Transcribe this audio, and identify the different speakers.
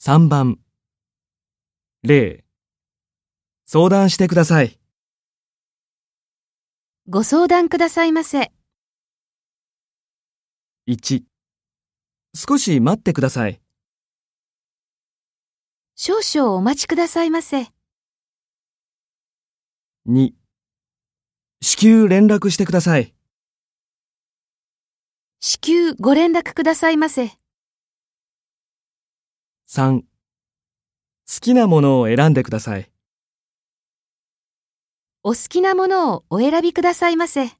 Speaker 1: 3番。0。相談してください。
Speaker 2: ご相談くださいませ。
Speaker 1: 1。少し待ってください。
Speaker 2: 少々お待ちくださいませ。
Speaker 1: 2。至急連絡してください。
Speaker 2: 至急ご連絡くださいませ。
Speaker 1: 3。好きなものを選んでください。
Speaker 2: お好きなものをお選びくださいませ。